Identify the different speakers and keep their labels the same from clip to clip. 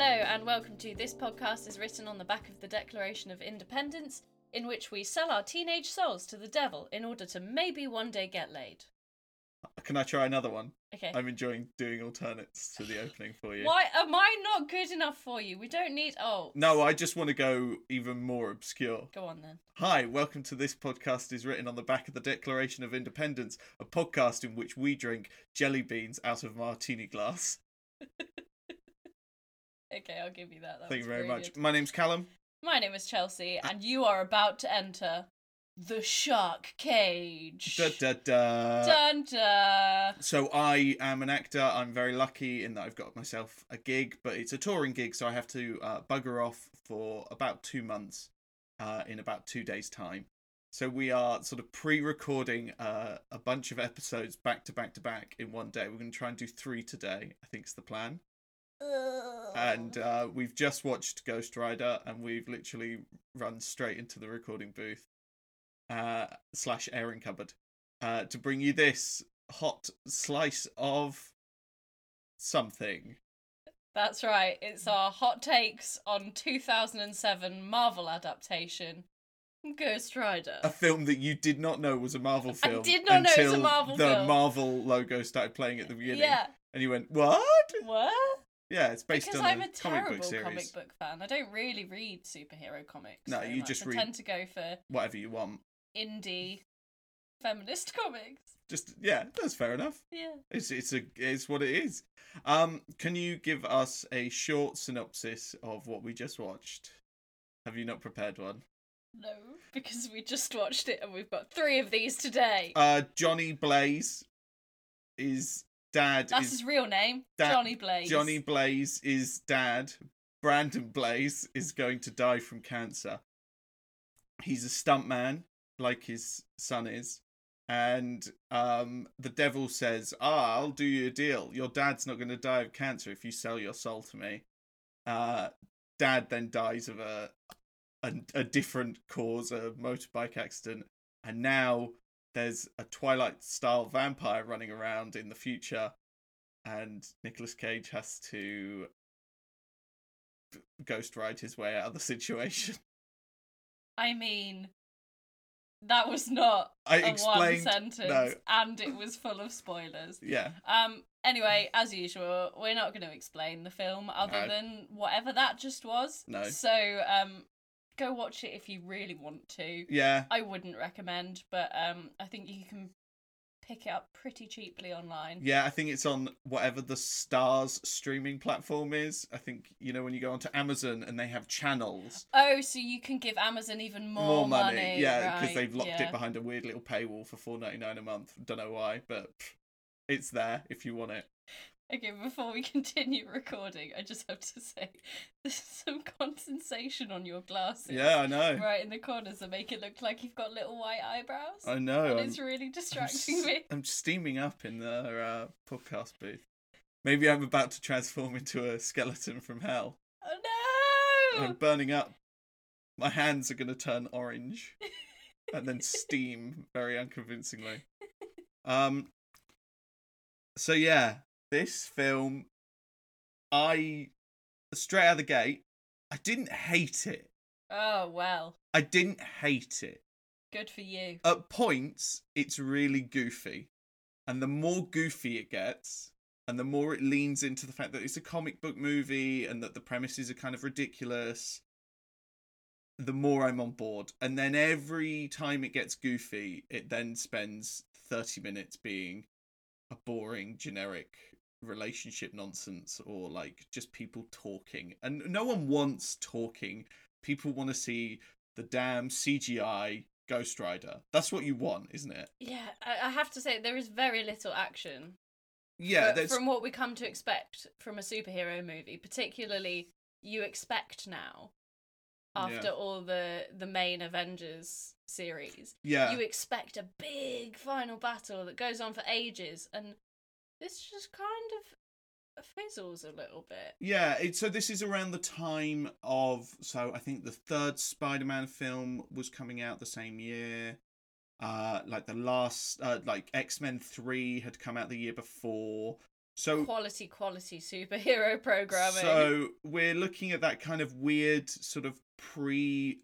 Speaker 1: welcome to This Podcast is written on the back of the Declaration of Independence, in which we sell our teenage souls to the devil in order to maybe one day get laid.
Speaker 2: Can I try another one?
Speaker 1: Okay.
Speaker 2: I'm enjoying doing alternates to the opening for you.
Speaker 1: Why am I not good enough for you? We don't need oh
Speaker 2: No, I just want to go even more obscure.
Speaker 1: Go on then.
Speaker 2: Hi, welcome to this podcast is written on the back of the Declaration of Independence, a podcast in which we drink jelly beans out of martini glass.
Speaker 1: Okay, I'll give you that. that
Speaker 2: Thank
Speaker 1: was
Speaker 2: you very
Speaker 1: very
Speaker 2: much.
Speaker 1: good.
Speaker 2: My name's Callum.
Speaker 1: My name is Chelsea, and you are about to enter the shark cage.
Speaker 2: Da, da, da.
Speaker 1: Dun, dun.
Speaker 2: So I am an actor. I'm very lucky in that I've got myself a gig, but it's a touring gig, so I have to uh, bugger off for about two months uh, in about two days' time. So we are sort of pre-recording uh, a bunch of episodes back to back to back in one day. We're going to try and do three today. I think is the plan. And uh, we've just watched Ghost Rider, and we've literally run straight into the recording booth uh, slash airing cupboard uh, to bring you this hot slice of something.
Speaker 1: That's right. It's our hot takes on 2007 Marvel adaptation, Ghost Rider.
Speaker 2: A film that you did not know was a Marvel
Speaker 1: I
Speaker 2: film.
Speaker 1: did not know it was a
Speaker 2: until
Speaker 1: Marvel
Speaker 2: the
Speaker 1: film.
Speaker 2: Marvel logo started playing at the beginning.
Speaker 1: yeah.
Speaker 2: And you went, what?
Speaker 1: What?
Speaker 2: Yeah, it's based
Speaker 1: Because
Speaker 2: on
Speaker 1: I'm
Speaker 2: a,
Speaker 1: a
Speaker 2: comic
Speaker 1: terrible
Speaker 2: book series.
Speaker 1: comic book fan. I don't really read superhero comics.
Speaker 2: No,
Speaker 1: very
Speaker 2: you
Speaker 1: much.
Speaker 2: just
Speaker 1: I
Speaker 2: read-
Speaker 1: tend to go for
Speaker 2: Whatever you want.
Speaker 1: indie feminist comics.
Speaker 2: Just, yeah, that's fair enough.
Speaker 1: Yeah.
Speaker 2: It's, it's, a, it's what it is. Um, can you give us a short synopsis of what we just watched? Have you not prepared one?
Speaker 1: No, because we just watched it and we've got three of these today.
Speaker 2: Uh, Johnny Blaze is dad
Speaker 1: That's
Speaker 2: is
Speaker 1: his real name,
Speaker 2: that-
Speaker 1: Johnny Blaze.
Speaker 2: Johnny Blaze is dad. Brandon Blaze is going to die from cancer. He's a stuntman, like his son is. And um, the devil says, Ah, I'll do you a deal. Your dad's not going to die of cancer if you sell your soul to me. Uh, dad then dies of a, a, a different cause, a motorbike accident. And now there's a Twilight style vampire running around in the future and Nicolas Cage has to ghost ride his way out of the situation.
Speaker 1: I mean, that was not
Speaker 2: I
Speaker 1: a one
Speaker 2: explained.
Speaker 1: sentence,
Speaker 2: no.
Speaker 1: and it was full of spoilers.
Speaker 2: Yeah,
Speaker 1: Um. Anyway, as usual, we're not going to explain the film other
Speaker 2: No.
Speaker 1: than whatever that just was.
Speaker 2: No.
Speaker 1: So, um, go watch it if you really want to.
Speaker 2: yeah.
Speaker 1: I wouldn't recommend, but um, I think you can pick it up pretty cheaply online.
Speaker 2: Yeah, I think it's on whatever the Stars streaming platform is. I think, you know, when you go onto Amazon and they have channels,
Speaker 1: Oh, so you can give Amazon even more,
Speaker 2: money. Yeah,
Speaker 1: right,
Speaker 2: because they've locked
Speaker 1: yeah.
Speaker 2: it behind a weird little paywall for four ninety nine a month. Don't know why, but pff, it's there if you want it.
Speaker 1: Okay, before we continue recording, I just have to say there's some condensation on your glasses.
Speaker 2: Yeah, I know.
Speaker 1: Right in the corners that make it look like you've got little white eyebrows.
Speaker 2: I know.
Speaker 1: and
Speaker 2: I'm-
Speaker 1: it's really
Speaker 2: I'm
Speaker 1: distracting
Speaker 2: s-
Speaker 1: me.
Speaker 2: I'm steaming up in the uh, podcast booth. Maybe I'm about to transform into a skeleton from hell.
Speaker 1: Oh no!
Speaker 2: I'm burning up. My hands are going to turn orange and then steam very unconvincingly. Um. So yeah, this film, I straight out of the gate, I didn't hate it.
Speaker 1: Oh well,
Speaker 2: I didn't hate it.
Speaker 1: good for you.
Speaker 2: at points it's really goofy and the more goofy it gets and the more it leans into the fact that it's a comic book movie and that the premises are kind of ridiculous the more i'm on board and then every time it gets goofy it then spends 30 minutes being a boring generic relationship nonsense or like just people talking and no one wants talking people want to see the damn cgi ghost rider that's what you want isn't it
Speaker 1: Yeah, I, I have to say there is very little action.
Speaker 2: yeah
Speaker 1: but
Speaker 2: that's
Speaker 1: from what we come to expect from a superhero movie, particularly you expect now after
Speaker 2: Yeah.
Speaker 1: all the the main Avengers series.
Speaker 2: yeah
Speaker 1: you expect a big final battle that goes on for ages, and this just kind of fizzles a little bit.
Speaker 2: yeah it, so this is around the time of so i think the third spider-man film was coming out the same year uh like the last uh, like x-men 3 had come out the year before So
Speaker 1: quality, quality superhero programming.
Speaker 2: So we're looking at that kind of weird sort of pre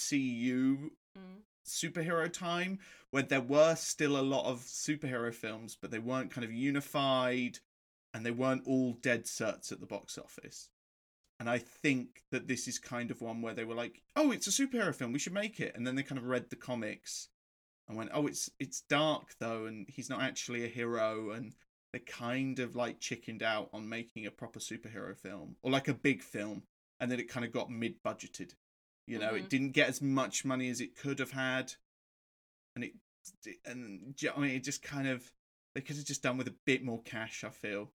Speaker 2: MCU
Speaker 1: Mm.
Speaker 2: superhero time where there were still a lot of superhero films, but they weren't kind of unified and they weren't all dead certs at the box office. And I think that this is kind of one where they were like, "Oh, it's a superhero film. We should make it." And then they kind of read the comics and went, "Oh, it's it's dark though, and he's not actually a hero." And they kind of like chickened out on making a proper superhero film or like a big film, and then it kind of got mid-budgeted. You know,
Speaker 1: Mhm.
Speaker 2: it didn't get as much money as it could have had, and it and do you know what I mean, it just kind of they could have just done with a bit more cash. I feel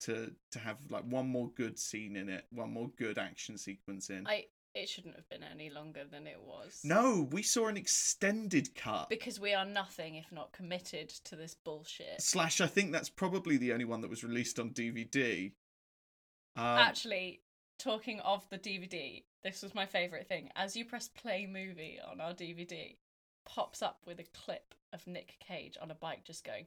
Speaker 2: to to have like one more good scene in it, one more good action sequence in.
Speaker 1: I it shouldn't have been any longer than it was.
Speaker 2: No, we saw an extended cut.
Speaker 1: Because we are nothing if not committed to this bullshit.
Speaker 2: Slash, I think that's probably the only one that was released on DVD. Um,
Speaker 1: Actually, talking of the DVD, this was my favourite thing. As you press play movie on our DVD, pops up with a clip of Nick Cage on a bike just going,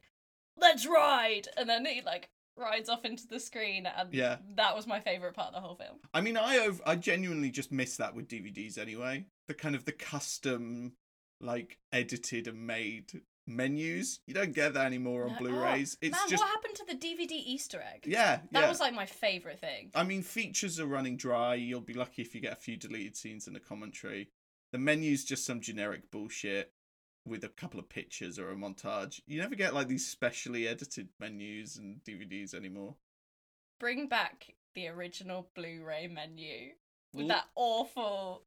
Speaker 1: Let's ride! And then he like rides off into the screen and
Speaker 2: Yeah.
Speaker 1: that was my favourite part of the whole film.
Speaker 2: I mean, I ov- I genuinely just miss that with DVDs anyway. The kind of the custom, like edited and made menus. You don't get that anymore on
Speaker 1: No- oh,
Speaker 2: Blu-rays. It's
Speaker 1: Man,
Speaker 2: just
Speaker 1: what happened to the DVD Easter egg?
Speaker 2: yeah,
Speaker 1: That
Speaker 2: yeah.
Speaker 1: was like my favourite thing.
Speaker 2: I mean, features are running dry. You'll be lucky if you get a few deleted scenes and a commentary. The menu's just some generic bullshit with a couple of pictures or a montage. You never get like these specially edited menus and DVDs anymore.
Speaker 1: Bring back the original Blu ray menu with
Speaker 2: L-
Speaker 1: that awful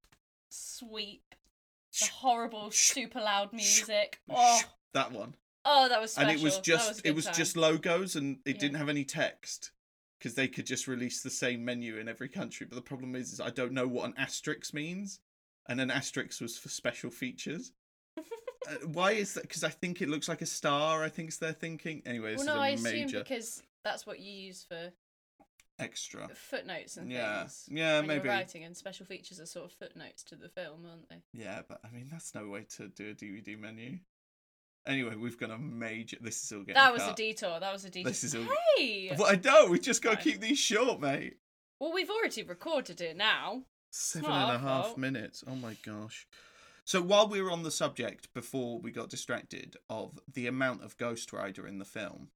Speaker 1: sweep, the horrible, super loud music. Oh,
Speaker 2: That one.
Speaker 1: oh that was special.
Speaker 2: And it was
Speaker 1: That
Speaker 2: just
Speaker 1: a
Speaker 2: it
Speaker 1: good
Speaker 2: was
Speaker 1: time.
Speaker 2: just logos and it
Speaker 1: Yeah.
Speaker 2: didn't have any text because they could just release the same menu in every country. But the problem is, is I don't know what an asterisk means. And an asterisk was for special features. Uh, why is that? Because I think it looks like a star. I think's their thinking. Anyway, this
Speaker 1: Well, no, I
Speaker 2: is a
Speaker 1: assume
Speaker 2: major
Speaker 1: because that's what you use for
Speaker 2: extra.
Speaker 1: footnotes and
Speaker 2: Yeah,
Speaker 1: things.
Speaker 2: yeah,
Speaker 1: when you're
Speaker 2: maybe.
Speaker 1: writing and special features are sort of footnotes to the film, aren't they?
Speaker 2: Yeah, but I mean that's no way to do a DVD menu. Anyway, we've got a major. This is all getting.
Speaker 1: that was a
Speaker 2: cut.
Speaker 1: detour. That was a detour.
Speaker 2: This is all-
Speaker 1: Hey!
Speaker 2: Well, I know. We just got to
Speaker 1: Fine.
Speaker 2: keep these short, mate.
Speaker 1: Well, we've already recorded it now.
Speaker 2: Seven
Speaker 1: not
Speaker 2: and
Speaker 1: our
Speaker 2: a half
Speaker 1: fault.
Speaker 2: minutes. Oh my gosh. So while we were on the subject before we got distracted of the amount of Ghost Rider in the film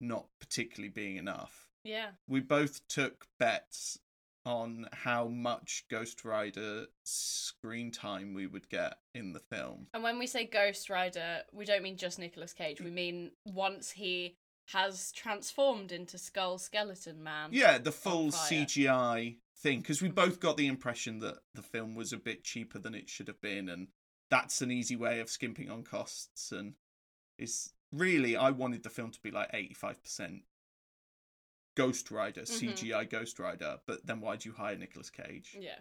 Speaker 2: not particularly being enough,
Speaker 1: Yeah.
Speaker 2: we both took bets on how much Ghost Rider screen time we would get in the film.
Speaker 1: And when we say Ghost Rider, we don't mean just Nicolas Cage. We mean once he has transformed into Skull Skeleton Man.
Speaker 2: Yeah, the full
Speaker 1: fire.
Speaker 2: CGI thing because we both got the impression that the film was a bit cheaper than it should have been, and that's an easy way of skimping on costs. And it's really, I wanted the film to be like eighty-five percent Ghost Rider
Speaker 1: Mhm.
Speaker 2: CGI Ghost Rider, but then why do you hire Nicolas Cage?
Speaker 1: Yeah.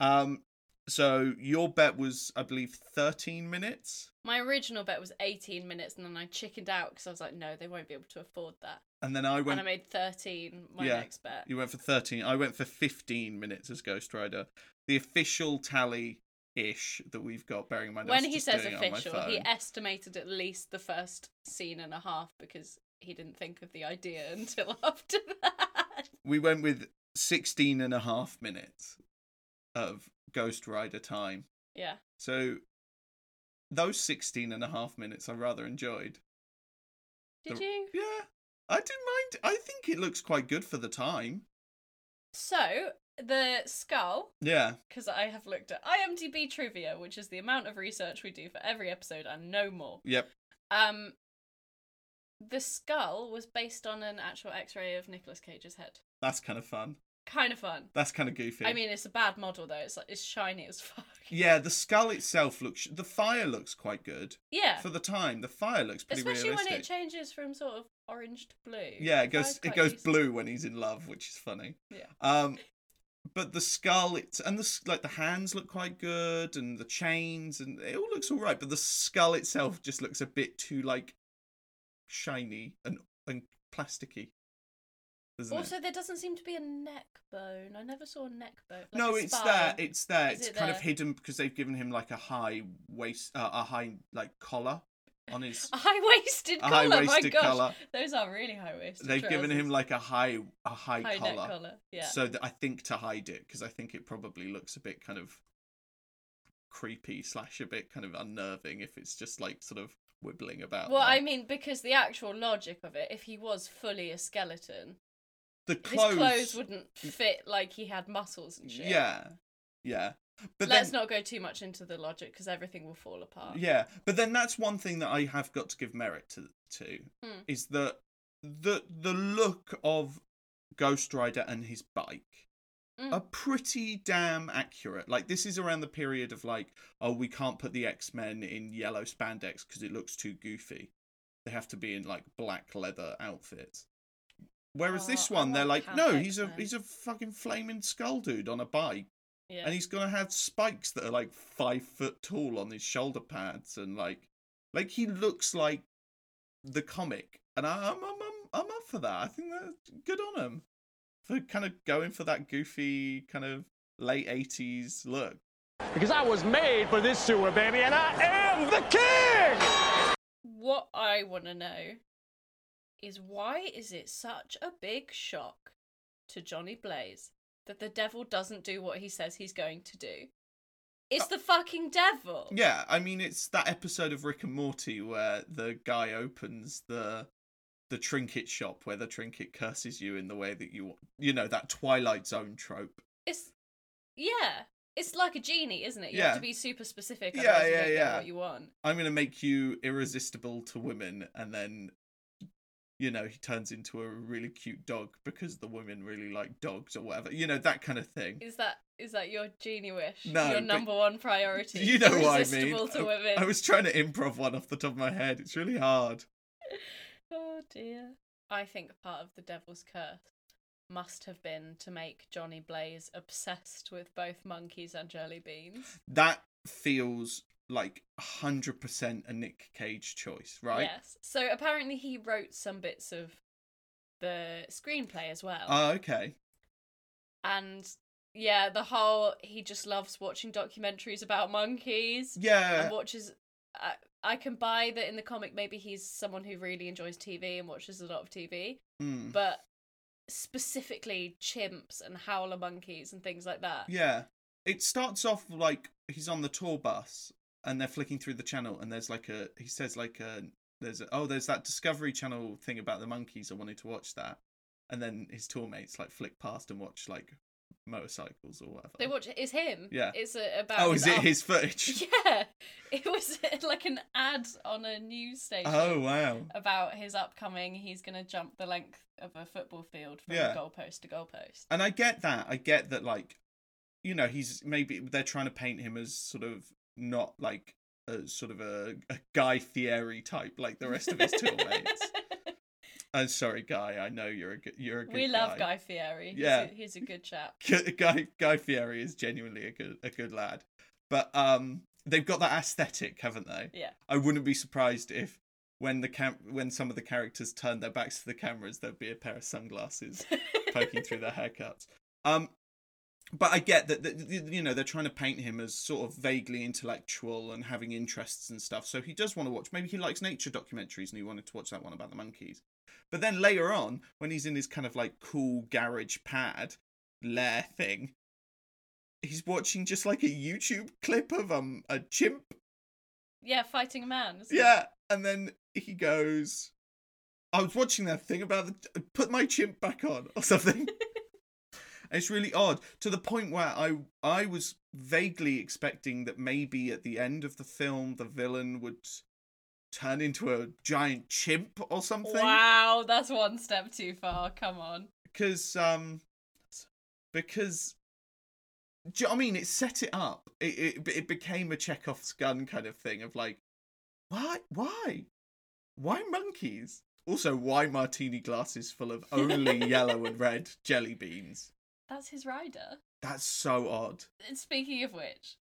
Speaker 2: Um, so your bet was, I believe, thirteen minutes,
Speaker 1: My original bet was 18 minutes, and then I chickened out because I was like, no, they won't be able to afford that.
Speaker 2: and then I went
Speaker 1: and I made 13 my
Speaker 2: Yeah.
Speaker 1: next bet.
Speaker 2: You went for 13. I went for 15 minutes as Ghost Rider. The official tally ish that we've got, bearing in mind I
Speaker 1: When
Speaker 2: was
Speaker 1: he
Speaker 2: just
Speaker 1: says
Speaker 2: doing it on my
Speaker 1: official, he
Speaker 2: phone.
Speaker 1: estimated at least the first scene and a half because he didn't think of the idea until after that.
Speaker 2: we went with 16 and a half minutes of Ghost Rider time.
Speaker 1: Yeah.
Speaker 2: So those 16 and a half minutes I rather enjoyed.
Speaker 1: Did
Speaker 2: The-
Speaker 1: you?
Speaker 2: Yeah, I didn't mind. I think it looks quite good for the time.
Speaker 1: So, the skull
Speaker 2: Yeah,
Speaker 1: because I have looked at IMDb trivia, which is the amount of research we do for every episode and no more.
Speaker 2: yep.
Speaker 1: Um, the skull was based on an actual X-ray of Nicolas Cage's head.
Speaker 2: That's kind of fun.
Speaker 1: Kind of fun.
Speaker 2: That's kind of goofy.
Speaker 1: I mean, it's a bad model though. It's like it's shiny as fuck.
Speaker 2: yeah, the skull itself looks. The fire looks quite good.
Speaker 1: Yeah,
Speaker 2: for the time. The fire looks pretty
Speaker 1: especially
Speaker 2: realistic.
Speaker 1: when it changes from sort of orange to blue.
Speaker 2: yeah, it
Speaker 1: The
Speaker 2: goes
Speaker 1: fire's
Speaker 2: it
Speaker 1: quite
Speaker 2: goes
Speaker 1: useful.
Speaker 2: blue when he's in love, which is funny.
Speaker 1: Yeah.
Speaker 2: Um, but the skull, it's and the s- like the hands look quite good, and the chains, and it all looks all right. But the skull itself just looks a bit too like shiny and and plasticky, doesn't it?
Speaker 1: Also, there doesn't seem to be a neck bone. I never saw a neck bone. like
Speaker 2: no,
Speaker 1: a
Speaker 2: it's
Speaker 1: spine.
Speaker 2: there. It's there.
Speaker 1: Is
Speaker 2: It's
Speaker 1: it
Speaker 2: kind of
Speaker 1: there?
Speaker 2: hidden because they've given him like a high waist, uh, a high like collar. on his
Speaker 1: A high-waisted collar. oh
Speaker 2: high-waisted
Speaker 1: my gosh,
Speaker 2: collar.
Speaker 1: those are really high-waisted.
Speaker 2: They've given
Speaker 1: trousers.
Speaker 2: him like a high a high,
Speaker 1: high
Speaker 2: collar,
Speaker 1: neck collar. Yeah.
Speaker 2: so that I think to hide it because I think it probably looks a bit kind of creepy slash a bit kind of unnerving if it's just like sort of wibbling about.
Speaker 1: well,
Speaker 2: there.
Speaker 1: I mean, because the actual logic of it, if he was fully a skeleton,
Speaker 2: the
Speaker 1: his clothes wouldn't fit like he had muscles and shit.
Speaker 2: Mm. Yeah, yeah. But
Speaker 1: Let's
Speaker 2: then,
Speaker 1: not go too much into the logic because everything will fall apart.
Speaker 2: yeah, but then that's one thing that I have got to give merit to to
Speaker 1: Hmm.
Speaker 2: is that the the look of Ghost Rider and his bike
Speaker 1: Mm.
Speaker 2: are pretty damn accurate. Like this is around the period of like, oh, we can't put the X Men in yellow spandex because it looks too goofy. They have to be in like black leather outfits. Whereas
Speaker 1: Oh,
Speaker 2: this
Speaker 1: I
Speaker 2: one, they're
Speaker 1: want
Speaker 2: like,
Speaker 1: Count
Speaker 2: no, he's a
Speaker 1: X-Men.
Speaker 2: he's a fucking flaming skull dude on a bike.
Speaker 1: Yeah.
Speaker 2: and he's gonna have spikes that are like five foot tall on his shoulder pads and like like he looks like the comic and I, I'm, I'm i'm i'm up for that i think that's good on him for kind of going for that goofy kind of late 80s look
Speaker 3: Because I was made for this sewer, baby, and I am the king!
Speaker 1: What I want to know is why is it such a big shock to Johnny Blaze that the devil doesn't do what he says he's going to do? It's the fucking devil.
Speaker 2: Uh, yeah i mean it's that episode of rick and morty where the guy opens the the trinket shop where the trinket curses you in the way that you want you know that twilight zone trope
Speaker 1: It's yeah. It's like a genie, isn't it? You
Speaker 2: Yeah.
Speaker 1: have to be super specific.
Speaker 2: Yeah,
Speaker 1: otherwise you
Speaker 2: yeah,
Speaker 1: don't get
Speaker 2: yeah.
Speaker 1: What you want?
Speaker 2: I'm gonna make you irresistible to women, and then, you know, he turns into a really cute dog because the women really like dogs or whatever. You know that kind of thing.
Speaker 1: Is that is that your genie wish?
Speaker 2: No,
Speaker 1: your
Speaker 2: but-
Speaker 1: number one priority.
Speaker 2: You know what I mean.
Speaker 1: Irresistible to women.
Speaker 2: I was trying to improv one off the top of my head. It's really hard.
Speaker 1: Oh dear. I think part of the devil's curse must have been to make Johnny Blaze obsessed with both monkeys and jelly beans.
Speaker 2: That feels like hundred percent a Nick Cage choice, right?
Speaker 1: Yes. So apparently he wrote some bits of the screenplay as well.
Speaker 2: Oh, okay.
Speaker 1: and yeah, the whole he just loves watching documentaries about monkeys
Speaker 2: Yeah.
Speaker 1: and watches. I, I can buy that in the comic. Maybe he's someone who really enjoys TV and watches a lot of TV.
Speaker 2: Mm.
Speaker 1: but specifically chimps and howler monkeys and things like that.
Speaker 2: Yeah. It starts off like he's on the tour bus and they're flicking through the channel and there's like a he says like a there's a, oh there's that Discovery Channel thing about the monkeys I wanted to watch that. And then his tour mates like flick past and watch like motorcycles or whatever.
Speaker 1: They watch it's him.
Speaker 2: Yeah.
Speaker 1: It's a, about
Speaker 2: oh, is it
Speaker 1: arm.
Speaker 2: his footage?
Speaker 1: Yeah. It was like an ad on a news station
Speaker 2: Oh wow.
Speaker 1: about his upcoming he's going to jump the length of a football field from
Speaker 2: Yeah.
Speaker 1: goalpost to goalpost.
Speaker 2: And I get that. I get that like you know, he's maybe they're trying to paint him as sort of not like a sort of a, a Guy Fieri type like the rest of his tour mates. I'm Oh, sorry, Guy. I know you're a good, you're a good
Speaker 1: we love
Speaker 2: guy.
Speaker 1: Guy Fieri.
Speaker 2: Yeah.
Speaker 1: He's a, he's a good chap.
Speaker 2: Guy. Guy Guy Fieri is genuinely a good a good lad, but um, they've got that aesthetic, haven't they?
Speaker 1: Yeah.
Speaker 2: I wouldn't be surprised if when the cam- when some of the characters turn their backs to the cameras, there'd be a pair of sunglasses poking through their haircuts. Um, but I get that, that you know they're trying to paint him as sort of vaguely intellectual and having interests and stuff. So he does want to watch. Maybe he likes nature documentaries, and he wanted to watch that one about the monkeys. But then later on, when he's in his kind of like cool garage pad lair thing, he's watching just like a YouTube clip of um a chimp
Speaker 1: Yeah, fighting a man. isn't it?
Speaker 2: yeah, and then he goes, "I was watching that thing about the, put my chimp back on or something." And it's really odd to the point where I I was vaguely expecting that maybe at the end of the film the villain would turn into a giant chimp or something
Speaker 1: Wow, that's one step too far. Come on.
Speaker 2: because um because. Do you know what I mean? It set it up. It, it it became a Chekhov's gun kind of thing of like, why why why monkeys also why martini glasses full of only yellow and red jelly beans
Speaker 1: That's his rider.
Speaker 2: that's so odd
Speaker 1: And speaking of which,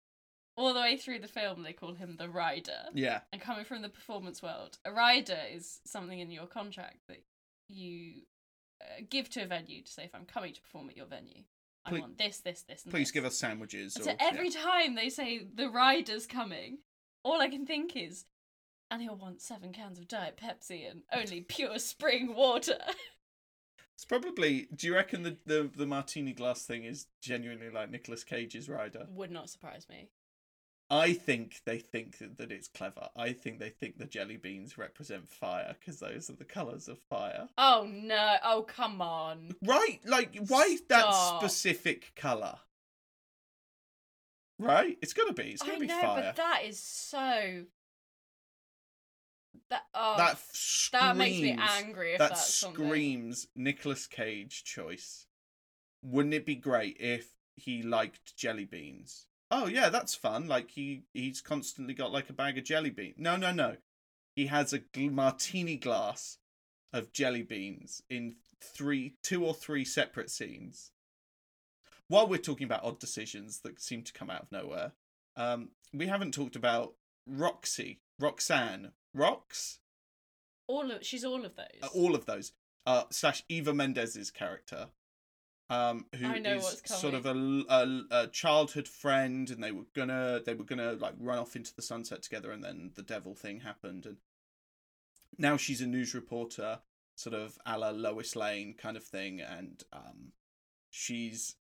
Speaker 1: all the way through the film, they call him the rider.
Speaker 2: yeah
Speaker 1: And coming from the performance world, a rider is something in your contract that you uh, give to a venue to say, if I'm coming to perform at your venue, I
Speaker 2: Please-
Speaker 1: want this, this, this, and
Speaker 2: please
Speaker 1: this."
Speaker 2: give us sandwiches
Speaker 1: And
Speaker 2: or,
Speaker 1: So every time they say the rider's coming, all I can think is, and he'll want seven cans of Diet Pepsi and only pure spring water.
Speaker 2: It's probably. Do you reckon the, the, the martini glass thing is genuinely like Nicolas Cage's rider?
Speaker 1: Would not surprise me.
Speaker 2: I think they think that, that it's clever. I think they think the jelly beans represent fire because those are the colours of fire.
Speaker 1: Oh no! Oh come on!
Speaker 2: Right? Like, why that
Speaker 1: Stop.
Speaker 2: specific colour? Right? It's gonna be. It's gonna
Speaker 1: I
Speaker 2: be
Speaker 1: know,
Speaker 2: fire.
Speaker 1: but that is so. That oh,
Speaker 2: that f-
Speaker 1: that makes me
Speaker 2: screams-
Speaker 1: angry. If
Speaker 2: that
Speaker 1: that's something.
Speaker 2: screams Nicolas Cage choice. Wouldn't it be great if he liked jelly beans? Oh yeah, that's fun. Like he he's constantly got like a bag of jelly bean. No, no, no. He has a gl- martini glass of jelly beans in three two or three separate scenes. While we're talking about odd decisions that seem to come out of nowhere, um, we haven't talked about Roxy, Roxanne, Rox,
Speaker 1: All of she's all of those.
Speaker 2: uh, all of those uh, slash Eva Mendez's character, um, who
Speaker 1: I know
Speaker 2: is
Speaker 1: what's
Speaker 2: sort of a, a, a childhood friend, and they were gonna they were gonna like run off into the sunset together, and then the devil thing happened, and now she's a news reporter, sort of a la Lois Lane kind of thing, and um, she's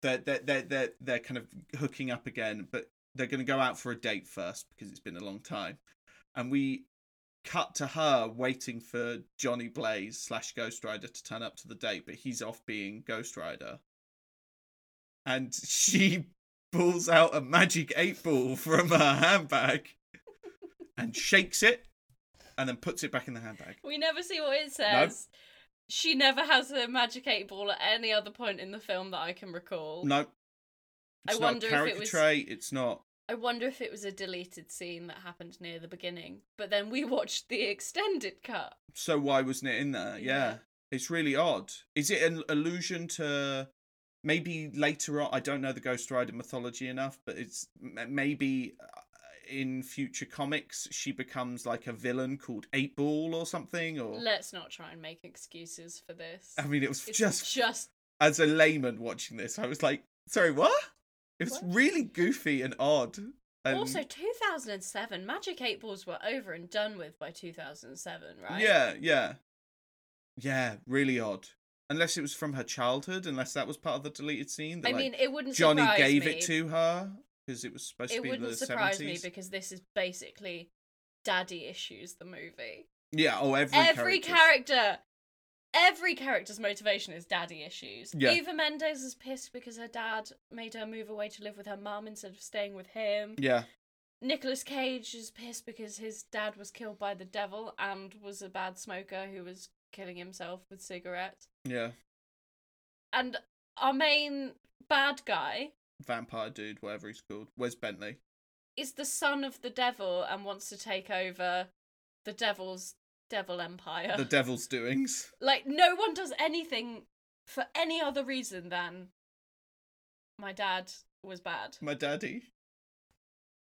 Speaker 2: they're they're they're they're, they're kind of hooking up again, but they're going to go out for a date first because it's been a long time, and we cut to her waiting for Johnny Blaze slash Ghost Rider to turn up to the date, but he's off being Ghost Rider, and she pulls out a magic eight ball from her handbag and shakes it, and then puts it back in the handbag.
Speaker 1: We never see what it says. She never has a magic eight ball at any other point in the film that I can recall.
Speaker 2: No.
Speaker 1: I
Speaker 2: It's not
Speaker 1: wonder
Speaker 2: a
Speaker 1: if
Speaker 2: character
Speaker 1: it was-
Speaker 2: trait. It's not.
Speaker 1: I wonder if it was a deleted scene that happened near the beginning, but then we watched the extended cut.
Speaker 2: So why wasn't it in there? Yeah.
Speaker 1: Yeah.
Speaker 2: It's really odd. Is it an allusion to maybe later on? I don't know the Ghost Rider mythology enough, but it's m- maybe uh, in future comics she becomes like a villain called Eight Ball or something. Or
Speaker 1: Let's not try and make excuses for this.
Speaker 2: I mean, it was
Speaker 1: It's
Speaker 2: just
Speaker 1: just
Speaker 2: as a layman watching this, I was like, sorry, what? It was
Speaker 1: What?
Speaker 2: really goofy and odd. And
Speaker 1: also 2007. Magic eight balls were over and done with by 2007, right?
Speaker 2: Yeah, yeah. Yeah, really odd. Unless it was from her childhood, unless that was part of the deleted scene. That,
Speaker 1: I
Speaker 2: like,
Speaker 1: mean, it wouldn't.
Speaker 2: Johnny
Speaker 1: surprise
Speaker 2: gave
Speaker 1: me.
Speaker 2: it to her because it was supposed to
Speaker 1: It
Speaker 2: be in the
Speaker 1: wouldn't surprise
Speaker 2: 70s.
Speaker 1: me because this is basically daddy issues. The movie.
Speaker 2: yeah, oh, every,
Speaker 1: every
Speaker 2: character's-
Speaker 1: character every character's motivation is daddy issues
Speaker 2: Yeah.
Speaker 1: eva mendes is pissed because her dad made her move away to live with her mum instead of staying with him
Speaker 2: Yeah,
Speaker 1: nicholas cage is pissed because his dad was killed by the devil and was a bad smoker who was killing himself with cigarettes
Speaker 2: yeah.
Speaker 1: and our main bad guy
Speaker 2: Vampire dude, whatever he's called. Where's Bentley?
Speaker 1: is the son of the devil and wants to take over the devil's devil empire
Speaker 2: The devil's doings.
Speaker 1: Like no one does anything for any other reason than my dad was bad.
Speaker 2: My daddy.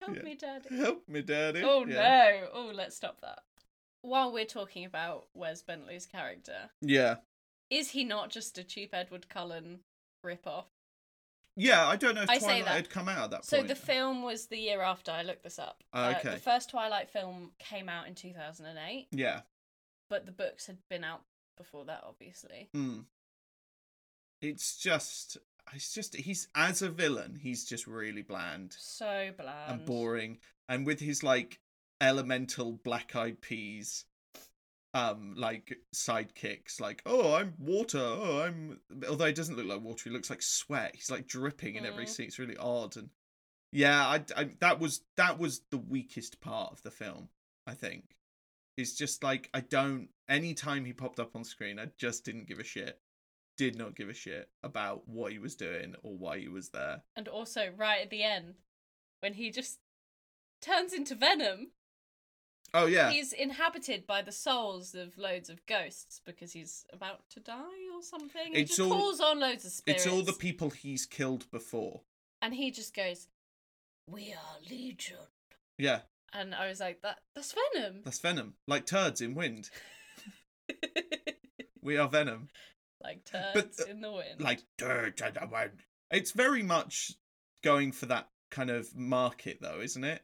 Speaker 1: Help
Speaker 2: Yeah.
Speaker 1: me, daddy.
Speaker 2: Help me, daddy.
Speaker 1: Oh
Speaker 2: yeah.
Speaker 1: no! Oh, let's stop that. While we're talking about Wes Bentley's character,
Speaker 2: Yeah.
Speaker 1: is he not just a cheap Edward Cullen ripoff?
Speaker 2: Yeah, I don't know if
Speaker 1: I say
Speaker 2: Twilight
Speaker 1: that.
Speaker 2: had come out at that
Speaker 1: So
Speaker 2: point.
Speaker 1: the film was the year after I looked this up.
Speaker 2: Ah,
Speaker 1: Uh,
Speaker 2: okay.
Speaker 1: the first Twilight film came out in two thousand and eight,
Speaker 2: Yeah.
Speaker 1: but the books had been out before that, obviously.
Speaker 2: Hmm. It's just, it's just, he's as a villain, he's just really bland
Speaker 1: So bland.
Speaker 2: and boring, and with his like elemental black eyed peas, um, like sidekicks, like oh I'm water, oh I'm. Although he doesn't look like water, he looks like sweat. He's like dripping in every
Speaker 1: Mm.
Speaker 2: scene. It's really odd, and yeah, I, I that was that was the weakest part of the film. I think it's just like I don't. Any time he popped up on screen, I just didn't give a shit. Did not give a shit about what he was doing or why he was there.
Speaker 1: And also, right at the end, when he just turns into Venom,
Speaker 2: Oh yeah,
Speaker 1: he's inhabited by the souls of loads of ghosts because he's about to die or something. he
Speaker 2: It's
Speaker 1: just
Speaker 2: all-
Speaker 1: calls on loads of spirits.
Speaker 2: It's all the people he's killed before.
Speaker 1: and he just goes, "We are legion."
Speaker 2: Yeah,
Speaker 1: And I was like, "That that's Venom."
Speaker 2: that's Venom. Like turds in wind. We are Venom.
Speaker 1: like turds
Speaker 2: uh,
Speaker 1: in the wind.
Speaker 2: Like turds in the wind. It's very much going for that kind of market, though, isn't it?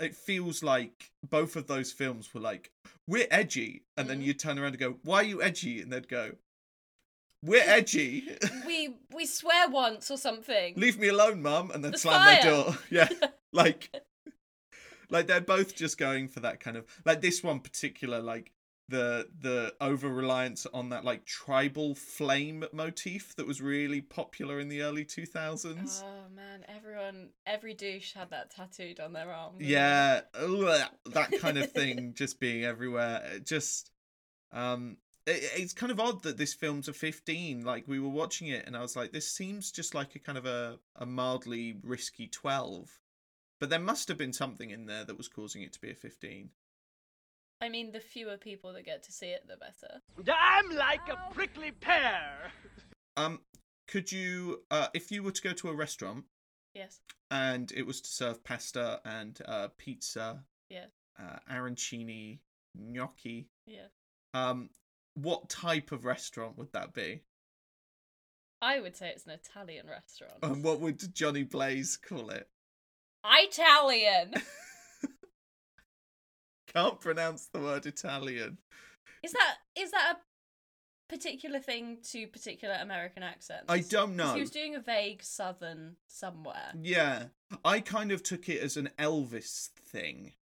Speaker 2: it feels like both of those films were like we're edgy, and then
Speaker 1: Mhm.
Speaker 2: you turn around and go, "Why are you edgy?" and they'd go, "We're edgy."
Speaker 1: We we swear once or something.
Speaker 2: leave me alone, mum, and then
Speaker 1: The
Speaker 2: slam
Speaker 1: fire.
Speaker 2: their door. Yeah, like, like they're both just going for that kind of like this one particular like the the over reliance on that like tribal flame motif that was really popular in the early two thousands.
Speaker 1: Oh man, everyone, every douche had that tattooed on their arm. didn't
Speaker 2: yeah, ugh, that kind of thing just being everywhere. It just um. It, it's kind of odd that this film's a 15 like we were watching it and i was like this seems just like a kind of a, a mildly risky 12 but there must have been something in there that was causing it to be a 15
Speaker 1: they? I mean, the fewer people that get to see it, the better.
Speaker 3: I'm like a prickly pear.
Speaker 2: um could you uh if you were to go to a restaurant
Speaker 1: Yes.
Speaker 2: and it was to serve pasta and uh pizza
Speaker 1: Yeah.
Speaker 2: uh arancini gnocchi
Speaker 1: Yeah.
Speaker 2: um what type of restaurant would that be
Speaker 1: I would say it's an Italian restaurant.
Speaker 2: and what would johnny blaze call it
Speaker 1: Italian.
Speaker 2: can't pronounce the word italian
Speaker 1: Is that is that a particular thing to particular American accents?
Speaker 2: i don't
Speaker 1: 'Cause
Speaker 2: know Mm.
Speaker 1: He was doing a vague southern somewhere.
Speaker 2: Yeah. I kind of took it as an Elvis thing.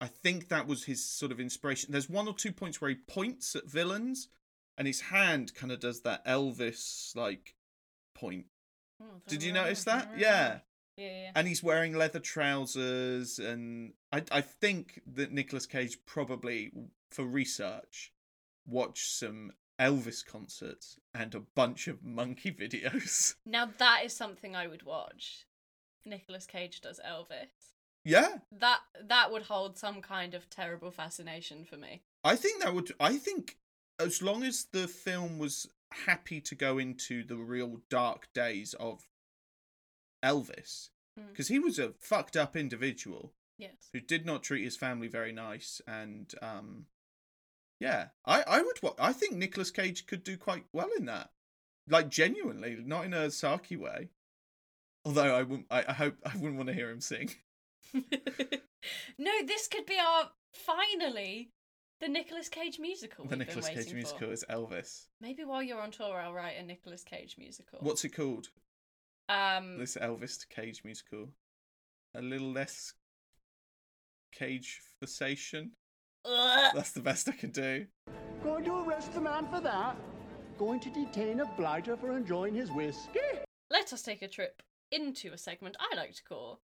Speaker 2: I think that was his sort of inspiration. There's one or two points where he points at villains and his hand kind of does that Elvis like point.
Speaker 1: Mm,
Speaker 2: Did you notice that? Yeah.
Speaker 1: Yeah. yeah.
Speaker 2: And he's wearing leather trousers and I I think that Nicolas Cage probably for research watched some Elvis concerts and a bunch of monkey videos.
Speaker 1: Now that is something I would watch. Nicolas Cage does Elvis.
Speaker 2: yeah.
Speaker 1: That that would hold some kind of terrible fascination for me.
Speaker 2: I think that would. I think as long as the film was happy to go into the real dark days of Elvis,
Speaker 1: Mm.
Speaker 2: because he was a fucked up individual
Speaker 1: Yes.
Speaker 2: who did not treat his family very nice, and um, yeah, I I would. wa- I think Nicolas Cage could do quite well in that, like genuinely, not in a sarky way. Although I wouldn't. I, I hope I wouldn't want to hear him sing.
Speaker 1: no, this could be our finally the Nicolas Cage musical.
Speaker 2: the
Speaker 1: we've been
Speaker 2: Nicolas Cage
Speaker 1: waiting
Speaker 2: musical
Speaker 1: For.
Speaker 2: is Elvis.
Speaker 1: Maybe while you're on tour, I'll write a Nicolas Cage musical.
Speaker 2: What's it called?
Speaker 1: Um,
Speaker 2: this Elvis Cage musical. A little less cage fixation.
Speaker 1: ugh.
Speaker 2: That's the best I can do.
Speaker 4: Going to arrest the man for that. Going to detain a blighter for enjoying his whiskey.
Speaker 1: Let us take a trip into a segment I like to call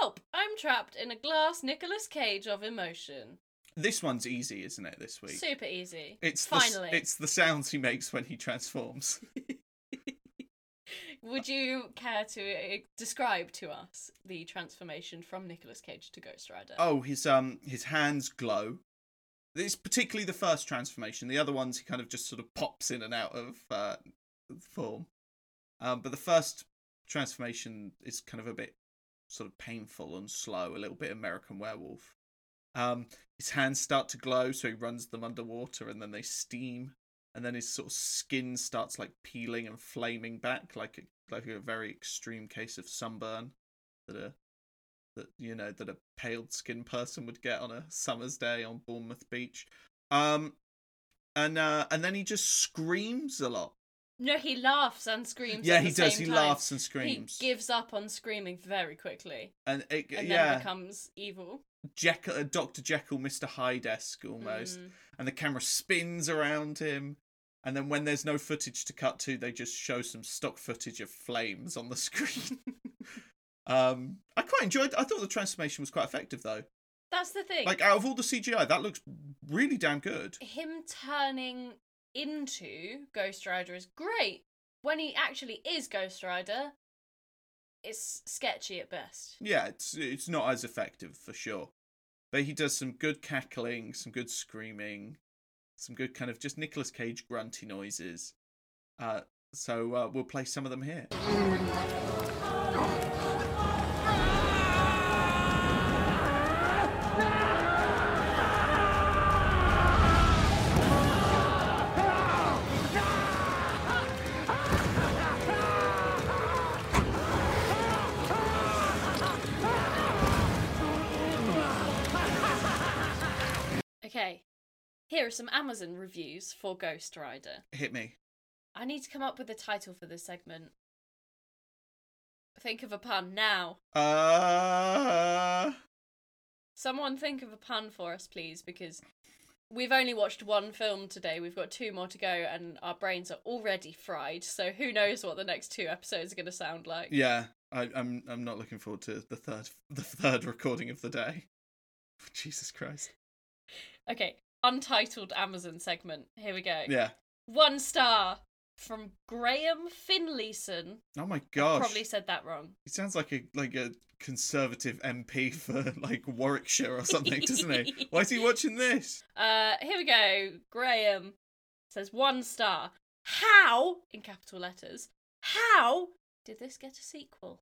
Speaker 1: "Help! I'm trapped in a glass Nicolas Cage of emotion."
Speaker 2: This one's easy, isn't it? This week,
Speaker 1: Super easy.
Speaker 2: it's the, s-
Speaker 1: finally.
Speaker 2: it's the sounds he makes when he transforms.
Speaker 1: Would you care to uh, describe to us the transformation from Nicolas Cage to Ghost Rider?
Speaker 2: Oh, his um his hands glow. It's particularly the first transformation. The other ones he kind of just sort of pops in and out of uh, form. Um, but the first transformation is kind of a bit sort of painful and slow, a little bit American Werewolf. Um, his hands start to glow, so he runs them underwater, and then they steam, and then his sort of skin starts like peeling and flaming back, like a, like a very extreme case of sunburn that a that you know that a pale skinned person would get on a summer's day on Bournemouth Beach. Um, and uh, and then he just screams a lot.
Speaker 1: No, he laughs and screams.
Speaker 2: yeah,
Speaker 1: at the
Speaker 2: he does.
Speaker 1: same
Speaker 2: He
Speaker 1: time.
Speaker 2: laughs and screams.
Speaker 1: He gives up on screaming very quickly
Speaker 2: and it,
Speaker 1: and
Speaker 2: yeah,
Speaker 1: then becomes evil.
Speaker 2: Jekyll, uh, Dr. Jekyll, Mr. Hyde esque almost.
Speaker 1: Mm.
Speaker 2: And the camera spins around him. And then when there's no footage to cut to, they just show some stock footage of flames on the screen. um, I quite enjoyed. I thought the transformation was quite effective though.
Speaker 1: That's the thing.
Speaker 2: Like out of all the CGI, that looks really damn good.
Speaker 1: him turning into Ghost Rider is great. When he actually is Ghost Rider, it's sketchy at best.
Speaker 2: Yeah, it's it's not as effective for sure. But he does some good cackling, some good screaming, some good kind of just Nicolas Cage grunty noises. Uh, so uh, we'll play some of them here.
Speaker 1: Here are some Amazon reviews for Ghost Rider.
Speaker 2: Hit me.
Speaker 1: I need to come up with a title for this segment. Think of a pun now.
Speaker 2: Uh,
Speaker 1: Someone think of a pun for us, please, because we've only watched one film today. We've got two more to go, and our brains are already fried. So who knows what the next two episodes are going to sound like?
Speaker 2: yeah, I, I'm I'm not looking forward to the third the third recording of the day. Jesus Christ.
Speaker 1: Okay, untitled Amazon segment. Here we go.
Speaker 2: Yeah.
Speaker 1: One star from Graham Finlayson.
Speaker 2: Oh my gosh.
Speaker 1: Probably said that wrong.
Speaker 2: He sounds like a like a conservative MP for like Warwickshire or something, doesn't he? Why is he watching this?
Speaker 1: Uh, here we go. Graham says one star. How in capital letters? How did this get a sequel?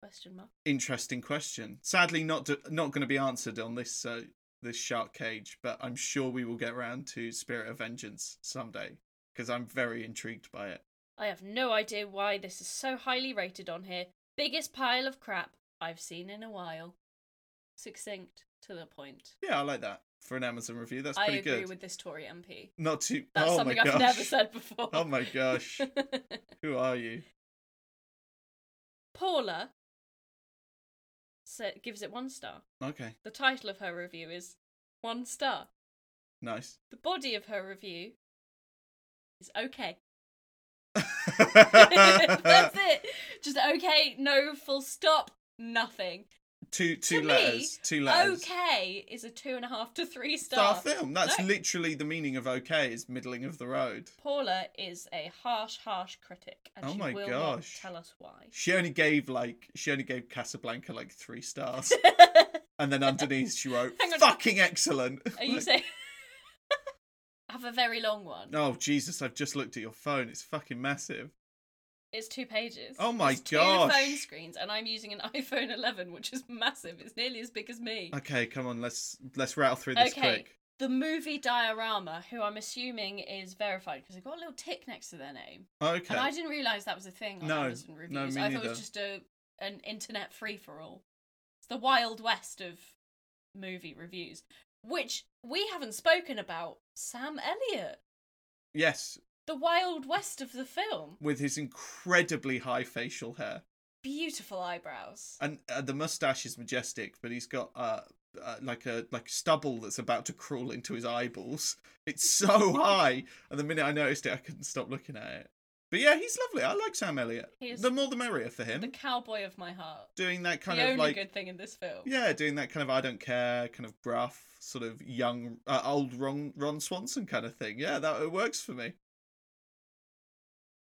Speaker 1: Question mark.
Speaker 2: Interesting question. Sadly, not d not going to be answered on this uh, this shark cage, but I'm sure we will get round to Spirit of Vengeance someday because I'm very intrigued by it.
Speaker 1: I have no idea why this is so highly rated on here. Biggest pile of crap I've seen in a while. Succinct to the point.
Speaker 2: Yeah, I like that for an Amazon review. That's
Speaker 1: I
Speaker 2: pretty
Speaker 1: agree
Speaker 2: good.
Speaker 1: with this Tory MP.
Speaker 2: Not too.
Speaker 1: That's
Speaker 2: oh
Speaker 1: something
Speaker 2: my
Speaker 1: I've
Speaker 2: gosh.
Speaker 1: never said before.
Speaker 2: Oh my gosh. Who are you?
Speaker 1: Paula sa- gives it one star.
Speaker 2: Okay,
Speaker 1: The title of her review is One Star.
Speaker 2: nice.
Speaker 1: The body of her review is okay. That's it. Just okay, no full stop, nothing.
Speaker 2: two two
Speaker 1: to
Speaker 2: letters.
Speaker 1: me,
Speaker 2: two letters.
Speaker 1: Okay is a two and a half to three
Speaker 2: star
Speaker 1: star.
Speaker 2: film. That's
Speaker 1: No.
Speaker 2: literally the meaning of okay is middling of the road.
Speaker 1: Paula is a harsh, harsh critic, and
Speaker 2: Oh
Speaker 1: she
Speaker 2: my
Speaker 1: will
Speaker 2: gosh.
Speaker 1: not tell us why.
Speaker 2: She only gave like she only gave Casablanca like three stars, and then underneath she wrote
Speaker 1: Hang on.
Speaker 2: "fucking excellent."
Speaker 1: Are you
Speaker 2: Like,
Speaker 1: saying? Have a very long one.
Speaker 2: Oh Jesus! I've just looked at your phone. It's fucking massive.
Speaker 1: It's two pages.
Speaker 2: Oh my
Speaker 1: It's
Speaker 2: gosh.
Speaker 1: Two phone screens, and I'm using an iPhone 11, which is massive. It's nearly as big as me.
Speaker 2: Okay, come on. Let's let's rattle through this
Speaker 1: okay,
Speaker 2: quick.
Speaker 1: the movie Diorama, who I'm assuming is verified because they've got a little tick next to their name,
Speaker 2: Okay.
Speaker 1: and I didn't realise that was a thing on
Speaker 2: No,
Speaker 1: Amazon reviews.
Speaker 2: no, me
Speaker 1: I thought it
Speaker 2: neither.
Speaker 1: was just a an internet free for all. It's the wild west of movie reviews, which we haven't spoken about. Sam Elliott,
Speaker 2: Yes,
Speaker 1: the wild west of the film,
Speaker 2: with his incredibly high facial hair
Speaker 1: beautiful eyebrows.
Speaker 2: and uh, the mustache is majestic, but he's got uh, uh like a like stubble that's about to crawl into his eyeballs. It's so high, and the minute I noticed it, I couldn't stop looking at it. But yeah, he's lovely. I like Sam Elliott.
Speaker 1: He is-
Speaker 2: the more the merrier for him.
Speaker 1: The cowboy of my heart.
Speaker 2: Doing that kind
Speaker 1: the
Speaker 2: of
Speaker 1: only
Speaker 2: like
Speaker 1: good thing in this film.
Speaker 2: yeah, doing that kind of I don't care, kind of gruff, sort of young, uh, old Ron Ron Swanson kind of thing. Yeah, that it works for me.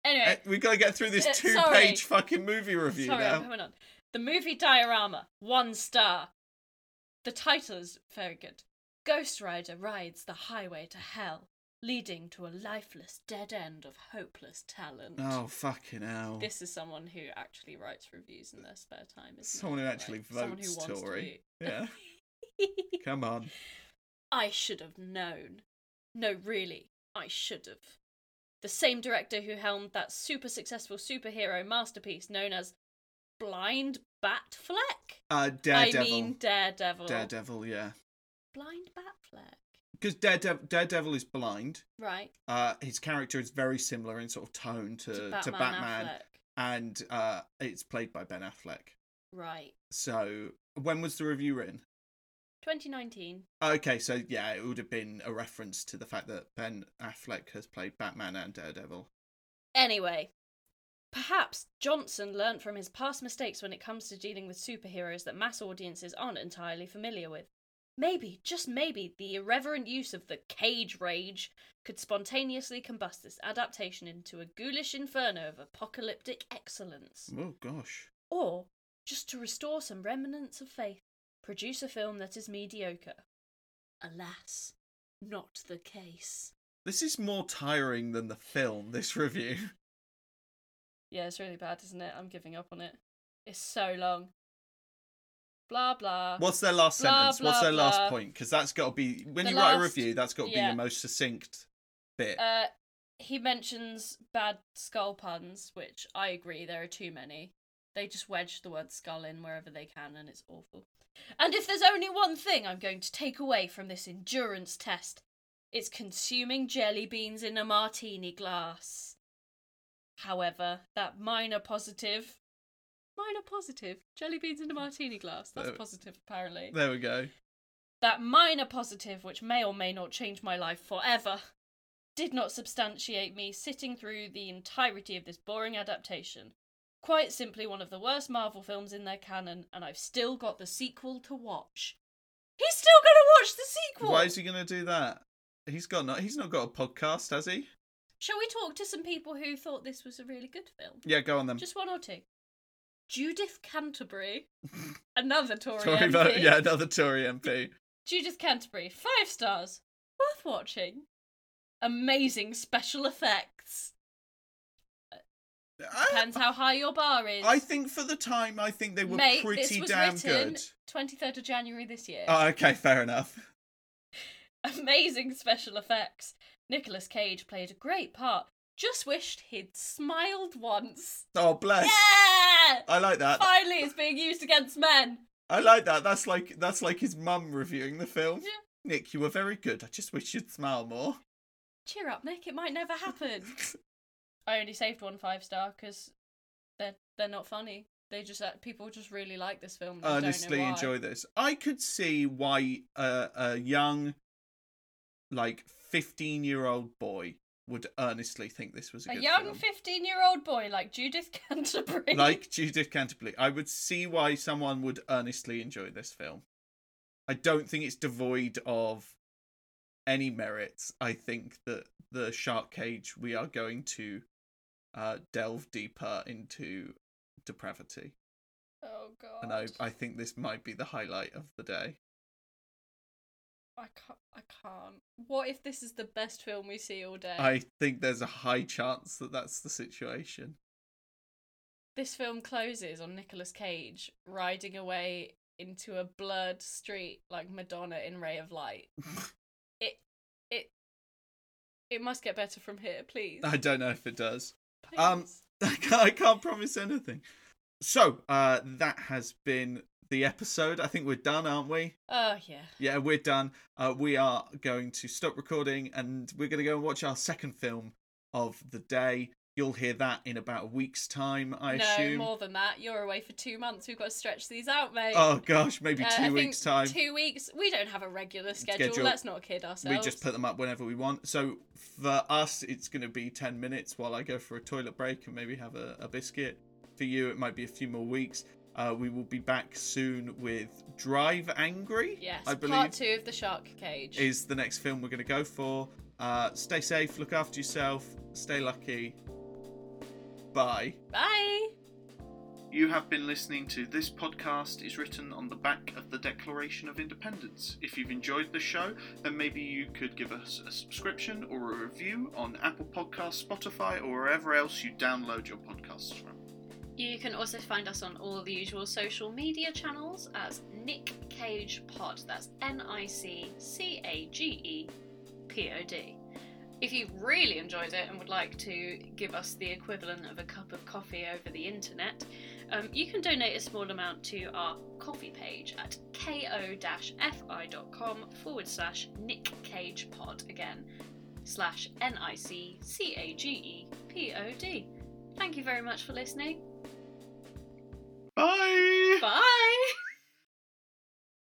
Speaker 2: Eh,
Speaker 1: Anyway,
Speaker 2: we got to get through this
Speaker 1: Uh,
Speaker 2: two
Speaker 1: sorry.
Speaker 2: page fucking movie review
Speaker 1: sorry, I'm
Speaker 2: now.
Speaker 1: coming on. The movie Diorama, one star. The title is very good. Ghost Rider rides the highway to hell, leading to a lifeless dead end of hopeless talent.
Speaker 2: Oh fucking hell!
Speaker 1: This is someone who actually writes reviews in their spare time, isn't it?
Speaker 2: Someone who actually
Speaker 1: Like, someone who
Speaker 2: votes
Speaker 1: wants to
Speaker 2: Tory.
Speaker 1: be-
Speaker 2: Yeah. Come on.
Speaker 1: I should have known. No, really, I should have. The same director who helmed that super successful superhero masterpiece known as Blind Batfleck.
Speaker 2: Uh, Daredevil.
Speaker 1: I mean Daredevil.
Speaker 2: Daredevil, yeah.
Speaker 1: Blind Batfleck.
Speaker 2: Because Daredevil, Daredevil is blind.
Speaker 1: Right.
Speaker 2: Uh, his character is very similar in sort of tone to,
Speaker 1: to Batman.
Speaker 2: to Batman
Speaker 1: Affleck.
Speaker 2: and uh, it's played by Ben Affleck.
Speaker 1: Right.
Speaker 2: So when was the review written?
Speaker 1: 2019.
Speaker 2: Okay, so yeah, it would have been a reference to the fact that Ben Affleck has played Batman and Daredevil.
Speaker 1: Anyway, perhaps Johnson learnt from his past mistakes when it comes to dealing with superheroes that mass audiences aren't entirely familiar with. Maybe, just maybe, the irreverent use of the cage rage could spontaneously combust this adaptation into a ghoulish inferno of apocalyptic excellence.
Speaker 2: Oh gosh.
Speaker 1: Or, just to restore some remnants of faith, produce a film that is mediocre. Alas, not the case.
Speaker 2: This is more tiring than the film, this review.
Speaker 1: Yeah, it's really bad, isn't it? I'm giving up on it. It's so long. Blah blah.
Speaker 2: What's their last
Speaker 1: Uh, Blah,
Speaker 2: sentence? What's
Speaker 1: blah,
Speaker 2: their last
Speaker 1: blah.
Speaker 2: point? Because that's got to be, when
Speaker 1: The
Speaker 2: you write a
Speaker 1: last-
Speaker 2: review, that's got to be
Speaker 1: yeah.
Speaker 2: your most succinct bit.
Speaker 1: Uh, he mentions bad skull puns, which I agree there are too many. They just wedge the word skull in wherever they can, and it's awful. And if there's only one thing I'm going to take away from this endurance test, It's consuming jelly beans in a martini glass. However, that minor positive. Minor positive? Jelly beans in a martini glass. That's
Speaker 2: There-
Speaker 1: positive, apparently.
Speaker 2: There we go.
Speaker 1: That minor positive, which may or may not change my life forever, did not substantiate me sitting through the entirety of this boring adaptation. Quite simply, one of the worst Marvel films in their canon, and I've still got the sequel to watch. He's still gonna watch the sequel!
Speaker 2: Why is he going to do that? He's got not. He's not got a podcast, has he?
Speaker 1: Shall we talk to some people who thought this was a really good film?
Speaker 2: Yeah, go on then.
Speaker 1: Just one or two. Judith Canterbury, another Tory
Speaker 2: Sorry
Speaker 1: MP.
Speaker 2: about yeah, another Tory MP.
Speaker 1: Judith Canterbury, five stars. Worth watching. Amazing special effects.
Speaker 2: I,
Speaker 1: Depends how high your bar is.
Speaker 2: I think for the time, I think they were
Speaker 1: Mate, this
Speaker 2: pretty
Speaker 1: was
Speaker 2: damn
Speaker 1: written
Speaker 2: good.
Speaker 1: 23rd of January this year.
Speaker 2: Oh, okay, fair enough.
Speaker 1: Amazing special effects. Nicolas Cage played a great part. Just wished he'd smiled once.
Speaker 2: Oh, bless.
Speaker 1: Yeah!
Speaker 2: I like that.
Speaker 1: Finally, it's being used against men.
Speaker 2: I like that. That's like that's like his mum reviewing the film.
Speaker 1: Yeah.
Speaker 2: Nick, you were very good. I just wish you'd smile more.
Speaker 1: cheer up, Nick. It might never happen. I only saved one five star because they're they're not funny. They just uh, people just really like this film. They don't know
Speaker 2: Honestly,
Speaker 1: why.
Speaker 2: enjoy this. I could see why a, a young, like fifteen-year-old boy would earnestly think this was a,
Speaker 1: a
Speaker 2: good
Speaker 1: young
Speaker 2: film.
Speaker 1: fifteen-year-old boy like Judith Canterbury.
Speaker 2: like Judith Canterbury, I would see why someone would earnestly enjoy this film. I don't think it's devoid of any merits. I think that the Shark Cage we are going to uh, delve deeper into depravity,
Speaker 1: oh god,
Speaker 2: and I I think this might be the highlight of the day.
Speaker 1: I can't. I can't. What if this is the best film we see all day?
Speaker 2: I think there's a high chance that that's the situation.
Speaker 1: This film closes on Nicolas Cage riding away into a blurred street like Madonna in Ray of Light. it, it, it must get better from here, please.
Speaker 2: I don't know if it does. Um,
Speaker 1: Please.
Speaker 2: I can't, I can't promise anything. So uh, that has been the episode. I think we're done, aren't we?
Speaker 1: Oh yeah.
Speaker 2: Yeah, we're done. Uh, we are going to stop recording and we're going to go and watch our second film of the day. You'll hear that in about a week's time, I
Speaker 1: no,
Speaker 2: assume.
Speaker 1: more than that. You're away for two months. We've got to stretch these out, mate.
Speaker 2: Oh gosh, maybe
Speaker 1: Uh,
Speaker 2: two
Speaker 1: I think
Speaker 2: weeks time.
Speaker 1: Two weeks. We don't have a regular schedule.
Speaker 2: Schedule.
Speaker 1: Let's not kid
Speaker 2: We
Speaker 1: ourselves.
Speaker 2: just put them up whenever we want. So for us, it's going to be 10 minutes while I go for a toilet break and maybe have a, a biscuit. For you, it might be a few more weeks. Uh, we will be back soon with Drive Angry.
Speaker 1: yes.
Speaker 2: I believe
Speaker 1: part two of the shark cage.
Speaker 2: is the next film we're going to go for. Uh, stay safe, look after yourself, stay lucky. Bye.
Speaker 1: Bye.
Speaker 2: You have been listening to This Podcast is Written on the Back of the Declaration of Independence. If you've enjoyed the show, then maybe you could give us a subscription or a review on Apple Podcasts, Spotify, or wherever else you download your podcasts from.
Speaker 1: You can also find us on all the usual social media channels as Nick Cage Pod. That's N I C C A G E P O D. If you've really enjoyed it and would like to give us the equivalent of a cup of coffee over the internet, um, you can donate a small amount to our coffee page at ko-fi.com forward slash Nick Cage Pod again, slash N I C C A G E P O D. Thank you very much for listening.
Speaker 2: Bye!
Speaker 1: Bye!